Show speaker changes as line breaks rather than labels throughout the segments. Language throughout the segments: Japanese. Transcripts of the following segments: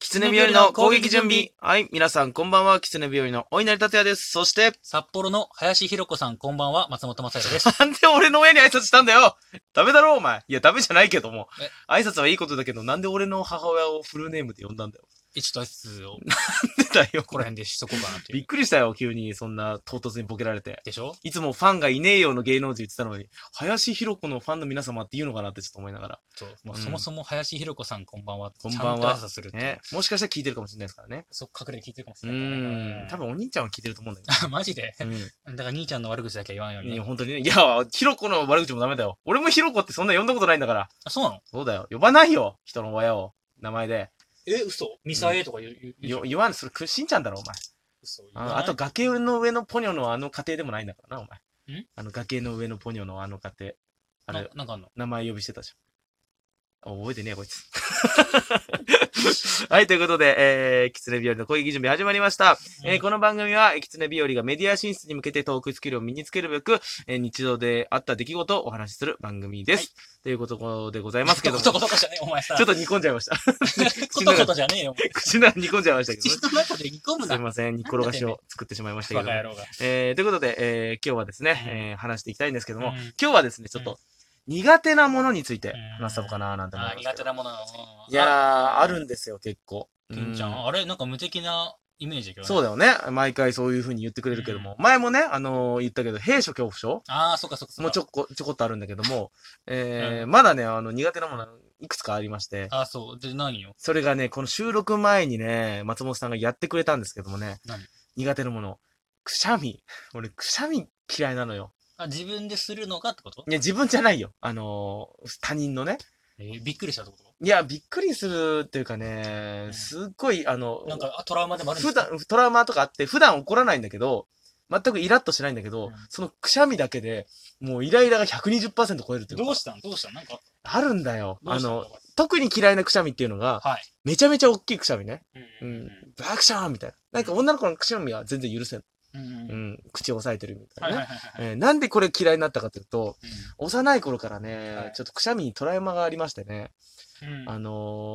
狐日和の攻撃準備。はい、皆さんこんばんは、狐日和のお稲荷達也です。そして、
札幌の林弘子さん、こんばんは、松本正弘です。
なんで俺の親に挨拶したんだよダメだろ、お前。いや、ダメじゃないけども
え。
挨拶はいいことだけど、なんで俺の母親をフルネームで呼んだんだよ。
一と挨拶を、
だよ、
こ
こ
の
れ。
辺でしとこうかなってい
びっ
う。
くりしたよ、急にそんな唐突にボケられて。
でしょ
いつもファンがいねえよの芸能人言ってたのに、林弘子のファンの皆様って言うのかなってちょっと思いながら。
そう。まあ、
うん
そもそも林弘子さん、こんばんは。
こんばんは
ちゃんと挨拶するって。
ね。もしかしたら聞いてるかもしれないですからね。
そっ隠れて聞いてるかもし
う
れないからね。
ーん。多分お兄ちゃんは聞いてると思うんだけ
分。 マジで。
ど。うん
だから兄ちゃんの悪口だけは言わんよう
い
に
や、
ね。
本当にね。いや、ひろこの悪口もダメだよ。俺もひろこってそんな呼んだことないんだから。
あ、そうなの
そうだよ。呼ばないよ。人の親を。名前で。
え、嘘ミサエとか言う、言う言う
よ、言わん、それ、くしんちゃんだろ、お前。
嘘言わな
あ
い
あと、、崖の上のポニョのあの家庭でもないんだからな、お前。
ん
あの崖の上のポニョのあの家庭。あ
な
れ、
なんかあんの
名前呼びしてたじゃん。あ覚えてねえ、こいつ。 はい、ということで、えー、キツネ日和の攻撃準備始まりました。えーこの番組は、キツネ日和がメディア進出に向けてトークスキルを身につけるべく、えー日常であった出来事をお話しする番組です。ということでございますけども、ち
こと
ょ
ことじゃねえ、お前さ。
っと煮込んじゃいました。
ことことじゃねえよ。
口の中煮込んじゃいましたけどね
口。の中で煮込む
す
な。
いません、煮っころがしを作ってしまいましたけ
バ
ども
カ。野郎が。
えー、ということで、えー今日はですね、
うん
えー話していきたいんですけども、
うん
今日はですね、ちょっ
う
と苦手なものについて話そうかななんて思い
あ
ま
ー、
すけど
苦手なもの。うん
いやー、あるんですよ、結構。
金ちゃ、
うん
あれなんか無敵なイメージだけどね。
そうだよね。毎回そういう風に言ってくれるけども、前もね、あのー言ったけど、兵所恐怖症
ああ、そっかそっかそっか。
もうち
ょ
ょこ、ちょこっとあるんだけども、えー
う
まだね、あの、苦手なもの、いくつかありまして、
ああ、そう。で、何よ。
それがね、この収録前にね、松本さんがやってくれたんですけどもね
何、
苦手なもの、くしゃみ。俺、くしゃみ嫌いなのよ。
あ、自分でするのかってこと
いや、自分じゃないよ。あのー他人のね。
えーびっくりしたってこ
いや、びっくりするっていうかね
う、ん
すっごい、あの
と、なんか、あトラウマでもあるんで
普
すか
段、トラウマとかあって、普段怒らないんだけど、全くイラッとしないんだけど、
うん
そのくしゃみだけで、もうイライラが120%超えるっていうか
どうしたんどうしたんなんか
あるんだよ。
どう
あ
した
の、特に嫌いなくしゃみっていうのが、
はい。
めちゃめちゃ大きいくしゃみね。
う
うんん。バクシャーンみたいな。なんか女の子のくしゃみは全然許せん。
うん
う
うん。
ん。口を押さえてるみた
はいい
な
はい
ね。
はいはい。
えーなんでこれ嫌いになったかというと、幼い頃から
は
ね
い、
ちょっとくしゃみにトラウマがありましてね。
うんうん
あの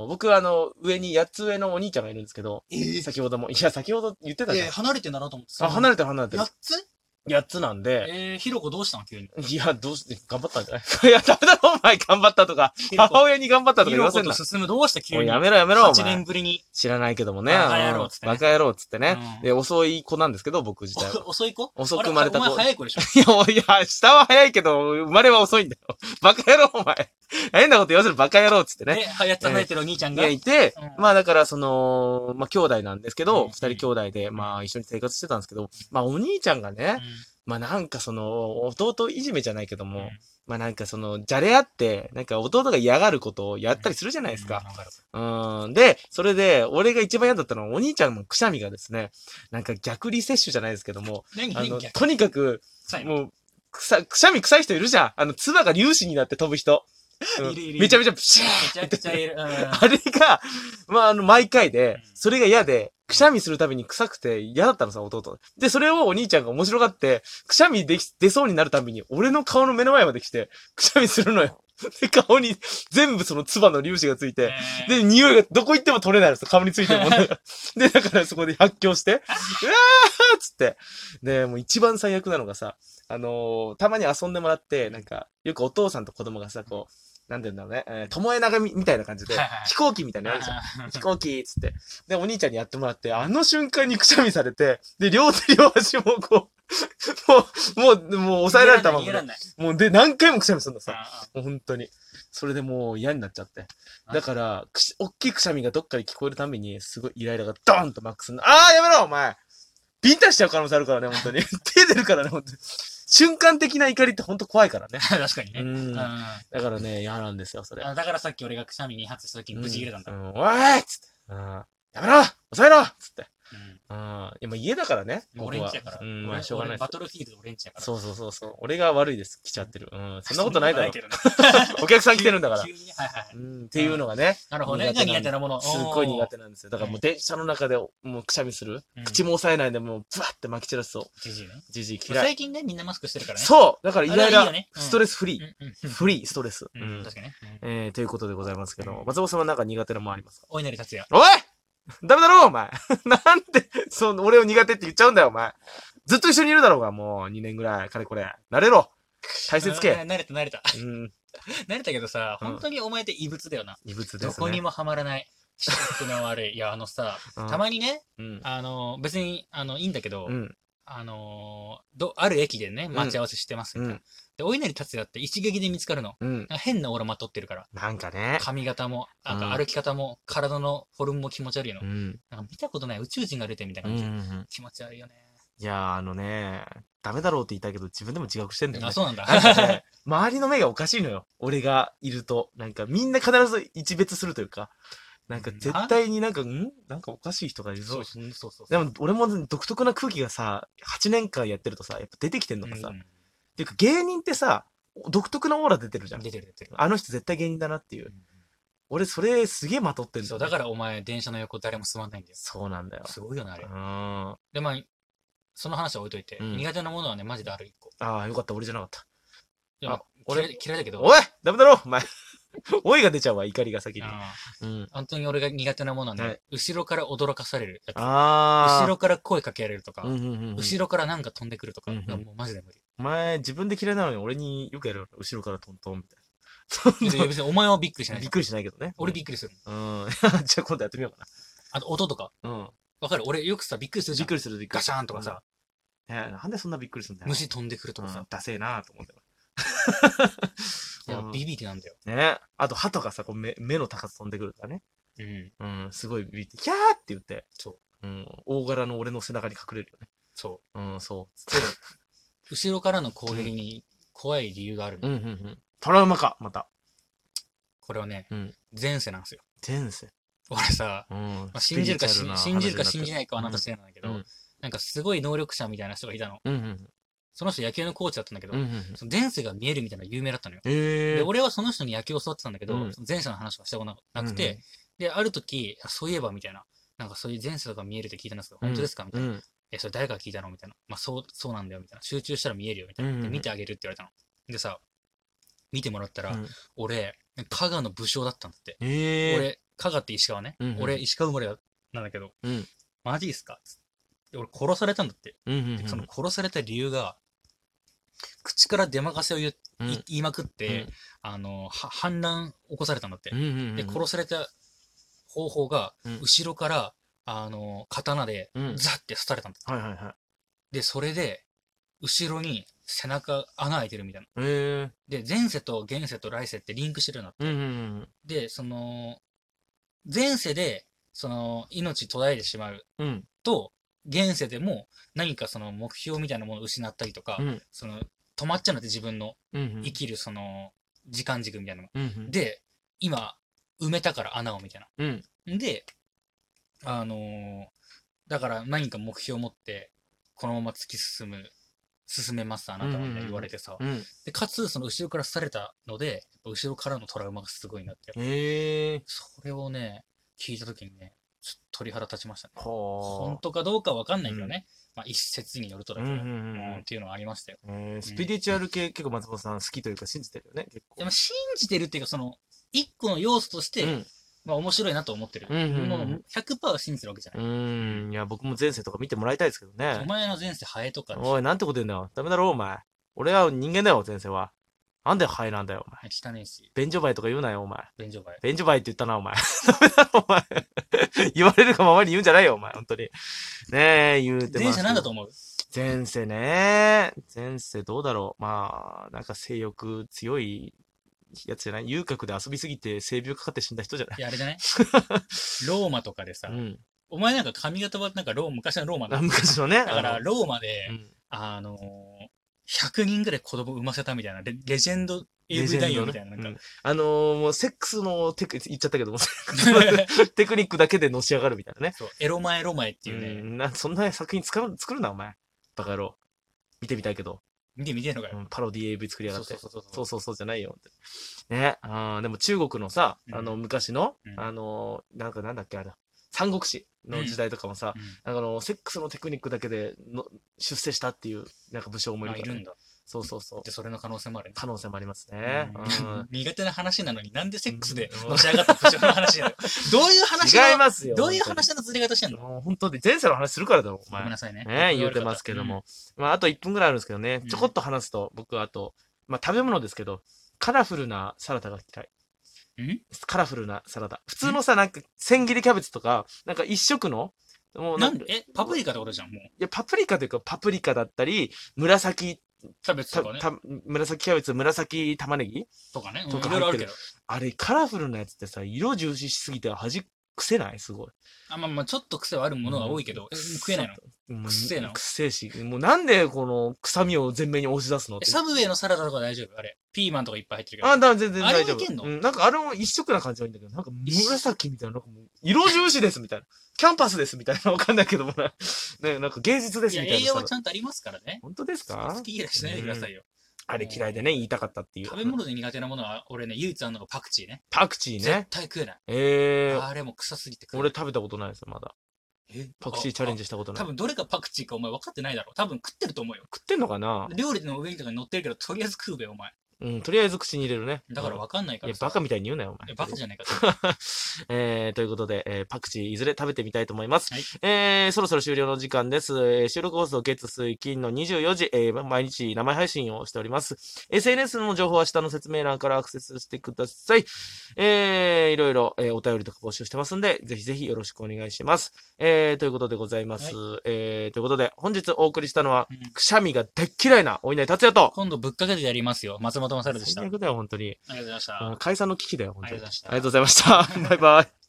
ー僕、あの、上に8つ上のお兄ちゃんがいるんですけど、
えー
先ほども、いや、先ほど言ってたじゃん
えー、。離れてんだなと思って
あ、離
れ
れてる離れてる
8。つ
8つなんで、
えー、ひろこどうしたん急に。
いや、どうして、頑張ったんじゃないい や、ダメだろ、お前、頑張ったとか、
ひろこ
母親に頑張ったとか
ひ
言
ろ
わせ
こ
んな
と。進むどうした急
もう
に。
やめろやめろ、お
8年
前。
ぶりに。
知らないけどもね。
バカ野郎っつってね
バカ野郎っつってね。
うん
で、遅い子なんですけど、僕自体 は。
お遅い子
遅く生まれた子
あお前早い子でしょ
いや、もういや、下は早いけど、生まれは遅いんだよ。 バカ野郎、お前。変なこと言わせるバカ野郎っつってね。
ね、はやつ離れてるお兄ちゃんが。
がいて、
うん
まあだからその、まあ兄弟なんですけ
う
ど、
ん
二人兄弟で、まあ一緒に生活してたんですけど、まあお兄ちゃんがね、まあなんかその、弟いじめじゃないけど
うん
も、まあなんかその、じゃれ合って、なんか弟が嫌がることをやったりするじゃないですか。。うん。で、それで、俺が一番嫌だったのは、お兄ちゃんのくしゃみがですね、なんか逆リ摂取じゃないですけども、
何
あ
何
の、
逆
とにかく、
臭いの
もう、くさ、くしゃみ臭い人いるじゃん。あの、唾が粒子になって飛ぶ人。うん
いるいるいる
めちゃめちゃプシャー
めちゃくちゃいる。うん
あれが、まあ、あの、毎回で
う、ん
それが嫌で、くしゃみするたびに臭くて嫌だったのさ、弟。で、それをお兄ちゃんが面白がって、くしゃみでき、出そうになるたびに、俺の顔の目の前まで来て、くしゃみするのよ。で、顔に全部その唾の粒子がついて、
えー
で、匂いがどこ行っても取れないです顔についてるもの が。で、だからそこで発狂して、うわーっつって。で、もう一番最悪なのがさ、あのーたまに遊んでもらって、なんか、よくお父さんと子供がさ、こう、なんて言うんだろうね、えー、巴長みみたいな感じで
はいはい、
飛行機みたいなのあるじゃん。飛行機っつって。で、お兄ちゃんにやってもらって、あの瞬間にくしゃみされて、で、両手両足もこう、 もう、もう、もう抑えられたまま
逃げ
で
らんない。
もう、で、何回もくしゃみするの
逃げ
さ。
らんない
もう本当に。それでもう嫌になっちゃって。
あ
だから、くし、おっきいくしゃみがどっかで聞こえるために、すごいイライラがドーンとマックスの。あーやめろお前ビンタしちゃう可能性あるからね、本当に。 手出るからね、本当に。瞬間的な怒りって本当怖いからね。
うん 確かに
う
ね。
ん。
うん
だ
あ
からね、嫌なんですよ、それ。
だからさっき俺がくしゃみ2発した時に無事切れたんだ
う。ん、うんおいっつって。うん。やめろ抑えろっつって。
う
う
ん
ん。今家だからね。ここは
俺んちだから。
うん、
俺
まあしょうがない
俺
で
バ
す。
トルフィールド俺んちだから。
そうそうそうそう。俺が悪いです。来ちゃってる。うん。そんなこと ないだろ。
そんなこ
お客さん来てるんだか
と
ら
ないけどね。急にねはいはいは
う
い。
ん。っていうのがね、
なるほどね。
苦手な
が
んだ
苦手なもの。
すっごい苦
手。
手なんですよ。だからもう電車の中でもうくしゃみする。
うん
口も押さえないでもうブワって撒き散らすと、
じじいね
じじい嫌い。
最近ね、みんなマスクしてるからね。
そうだからイライ
あれはいい
ラ
よね、うん
ストレスフリ
うん
ー。フリー、ストレス。
うん。う
うんん
確かにね。うん
えーということでございますけど、松本様なんか苦手なもんありますか
お稲荷達也。
おいダメだろお前 なんで、その、俺を苦手って言っちゃうんだよ、お前。ずっと一緒にいるだろうが、もう、2年ぐらい、かれこれ。慣れろ大切
うん
け。
慣れた慣れた。
うん、
慣れたけどさ、
うん
本当にお前って異物だよな。
異物です
ど
ね。
こにもはまらない。気の悪い。いや、あのさ、
うん、
たまにね、
うん。
あの、別に、あの、いいんだけど
う、ん。
あの、ど、ある駅でね、待ち合わせしてますみたいな。で、お稲荷達也って一撃で見つかるの。
うん。
なんか変なオーラまとってるから。
なんかね。
髪型も、なん
うん
か歩き方も、体のフォルムも気持ち悪いの
う。ん。
なんか見たことない宇宙人が出てるみたい
うん
な
うん
感
う
じ。
ん。
気持ち 悪いよね。
いやー、あのね、ダメだろうって言ったけど、自分でも自覚してんだよ
あ、
ね。
そうなん だ。
なんかね、周りの目がおかしいのよ。俺がいると。なんかみんな必ず一別するというか。なんか絶対になんか、んなんかおかしい人がいる
そ
ぞ
う。そうそうそう。
でも俺も独特な空気がさ、8年間やってるとさ、やっぱ出てきてんのかさ。
う
っ
ん
ていうか芸人ってさ、独特なオーラ出てるじゃん
出。てる出てる。
あの人絶対芸人だなっていうう。
ん
俺それすげえまとってるんだ
そう、
よね、
だからお前、電車の横誰も座んないんだよ。
そうなんだよ。
すごいよな、あ
う
れ
ー。ん。あ
で、まあ、その話は置いといて、
うん
苦手なものはね、マジである一個。
あー、よかった。俺じゃなかった。
いや
あ俺
嫌い嫌いだけど、
おいダメだろお前。 おいが出ちゃうわ、怒りが先に。
あ
うん。
ー本当に俺が苦手なものはね、
はい
後ろから驚かされるやつ。
ああ。
後ろから声かけられるとか、
うんうんうんうん。
後ろからなんか飛んでくるとか、
うんうん
もうマジで無理。
お前、自分で嫌いなのに俺によくやるよ後ろからトントンみたい
いや
な。
別にお前はびっくりしな い
びっ。くりしないけどね。
俺びっくりする。
うん。 じゃあ今度やってみようか
あと音とか。
な。うん。
わかる俺よくさ、びっくりする
び
じ
っ
ゃん
く。りする、びっくり
ガ
す
シ
る。
ャーンとかさ、
ねなんでそんなびっくりするんだよ。
虫飛んでくるとか
うん
さ、
ダセえなと思うんだよ
いや
うん
ビビりなんだよ。
ねあと歯とかさ、こう目目の高さ飛んでくるからね。
うん。
うん、すごいビビって、キャーって言って。。
そ
う
う
ん、大柄の俺の背中に隠れるよね。
そ。
うん、そう
後ろからの攻撃に怖い理由があるの
う。うん、うん、うん。トラウマか、また。
これはね、
うん
前世なんですよ。
前世。
俺さ、
うん
まあ、信じるかし信じるか信じ
い。
ないかはあなた次第なんだけど、
うん
なんかすごい能力者みたいな人がいたの。
うん、うん
その人野球のコーチだったんだけど、
うん、うんうん。
その前世が見えるみたいなの有名だったのよ。
え
で、
え。
俺はその人に野球を教わってたんだけど、
うん
その前世の話はしたことなく
うん
て、
うん
で、ある時、あそういえばみたいな、なんかそういう前世とか見えるって聞いたんですけど、本当ですかみたいな。
うん
え、それ誰が聞いたのみたいな。まあ、そう、そうなんだよみたいな。集中したら見えるよみたい
うんう
な。
ん
で、見てあげるって言われたの。でさ、見てもらったら、
うん
俺、加賀の武将だったんだって。
ええ。
俺、香川って石川ね。
うんうん
俺、石川生まれなんだけど、
うん
マジっすかつって俺、殺されたんだって。
うんうんうん、
その殺された理由が、口から出まかせを言,、
うん
言いまくって、
うん
あの、は反乱起こされたんだって
う。んうんうん、
で、殺された方法が、
うん
後ろから、あの、刀で、
うん
ザッて刺されたんだって。
はいはいはい。
で、それで、後ろに背中穴開いてるみたいな。
え
で、前世と現世と来世ってリンクしてるんだって
え。うんうん
で、その、前世で、その、命途絶えてしまう
うん。うん。
と、現世でも何かその目標みたいなものを失ったりとか、
うん
その、止まっちゃうのって自分の
うん
生きるその、時間軸みたいなのが。
うん。
で、今、埋めたから穴をみたい
うん。
な。で、あのーだから何か目標を持って、このまま突き進む、進めます、あなたはみたいな言われてさ。
うん。
で、かつ、その後ろから刺されたので、やっぱ後ろからのトラウマがすごいなって。
ええ。
それをね、聞いたときにね、ちょっと鳥肌立ちましたね。本
は
当かどうかわかんないけどね、まあ一説によると
あ。
だ
う
け
んう
ど、
ん
うん
う
っ
ん
ていうのはありましたよ。
えー。スピリチュアル系、結構松本さん好きというか信じてるよね、結構。
でも信じてるっていうか、その、一個の要素として、
うん
まあ面白いなと思ってる。
うんうんうん
もう100%は信じてるわけじゃ
う
ない。
ん。いや、僕も前世とか見てもらいたいですけど
お
ね。
前の前世ハエとか、
おい、なんてこと言うんだよ。ダメだろ、お前。俺は人間だよ、前世は。なんでハエなんだよ、お前。
汚いし、
便所バイとか言うなよ、お前。
便所バエ。
便所バイって言ったな、お前。 ダメだろ、お前。言われるがままに言うんじゃないよ、お前。本当に。ねえ、言うて
前世なんだと
思う
思う
前世ね。前世どうだろう。まあ、なんか性欲強いやつじゃない遊郭で遊びすぎて性病かかって死んだ人じゃない
いや、あれじゃない ローマとかでさ、
うん。
お前なんか髪型はなんかロー昔のローマだ。
あ 昔のね。
だから
あの
ローマで、
うん
あのー、100人ぐらい子供産ませたみたいな、レレジェンド
レジェン
AV 男
ド
優
ね
みたいな、なんか、
うんあのーもうセックスのテク、言っちゃったけど も、セックスのテクニックだけでのし上がるみたいなね。
そう、エロ前エロ前っていう
う
ね、
んなそんな作品作る作るな、お前。バカ野郎。見てみたいけど。
見て見てんのか
う
よ。
んパロディ AV 作りやが
そう
って
そう。そうそう。
そうそうそうじゃないよって。ね。あーでも中国のさ、
うん
あの、昔の、
うん
あの、なんかなんだっけ、あれ、三国志の時代とかもさ、
うん
なんかあの、セックスのテクニックだけでの出世したっていう、なんか武将もい
あ
る
い
から
る
ね
んだ。
そうそうそう。
じゃあそれの可能性もあるね。
可能性もありますね。
う
うんん
苦手な話なのになんでセックスでのし上がった部長の 話なのどういう話
違い
の
ますよ。
どういう話のずれ方してんの
もう本当に前世の話するからだろ、お
ごめん
前。
なさいね。
ね言うてますけども。まあ、あと1分ぐらいあるんですけどね
うん。
ちょこっと話すと、僕はあと、まあ、食べ物ですけど、カラフルなサラダが嫌い。
うん。ん
カラフルなサラダ。普通のさ、なんか、千切りキャベツとか、なんか一色の、もう
なん
か
でえ、パプリカってことじゃん、もう。
いや、パプリカというか、パプリカだったり、紫、
キャベツ
た
とかね。
た紫キャベツ、紫玉ねぎ
とかね。うん
とか
いろいろあるけど。
あれ、カラフルなやつってさ、色重視しすぎて端くせないすごい。
あ、まあまあ、ちょっと癖はあるものが多いけど、えもう食えないの
もう
くっせえな
くっせえし、もうなんでこの臭みを前面に押し出すのっ
え
て。
サブウェイのサラダとか大丈夫あれ。ピーマンとかいっぱい入ってるけど。
あ、だ、全然
あれ
大
も
丈
いけん
夫。
の
うん、なんかあれも一色な感じはいいんだけど、なんか
一色
紫みたいな、なんかもう、色重視ですみたいな。キャンパスですみたいな、わかんないけどもな。 ね、なんか芸術で
い
す
や、
みたい
栄
な
養
さ
は。ちゃんとありますからね。
本当です
好
か
き嫌いしないでくださいよ。
あれ嫌いでね、言いたかったっていう。
食べ物で苦手なものは、俺ね、唯一あるのがパクチーね。
パクチー
絶
ね。
対食えない。
えー、
あれも臭すぎて食えな
俺
い。
食べたことないですよ、まだ。
え
パクチーチャレン
ジ。
ジしたこと
あ
ない。
多
食
分どれがパクチーかお前分かってないだろう。多分食ってると思うよ。
ってんのかな
料理の上にとかに乗ってるけど、とりあえず食うべ、お前。
うん、とりあえず口に入れるね。
だから
うん
分かんないか
い
ら
や、
さ。
バカみたいに言うなよ、お
い
前。
やバカじゃねえか。
えー、ということで、えーパクチーいずれ食べてみたいと思います。
はい
えー、そろそろ終了の時間です。えー収録放送月水金の24時、えー毎日生配信をしております。SNS の情報は下の説明欄からアクセスしてください。えー、いろいろ、えーお便りとか募集してますんで、ぜひぜひよろしくお願いします。えー、ということでございます。えー、ということで、本日お送りしたのは、
うん
くしゃみが大っ嫌いなお稲荷達也と、
今度ぶっかけてやりますよ。松本まさるでした。あ
最
り
悪だよ、本当に。
がとうございました。
あー解散の危機だよ、本当に。
ありがとうございました
ありがとうございました。バイバイ。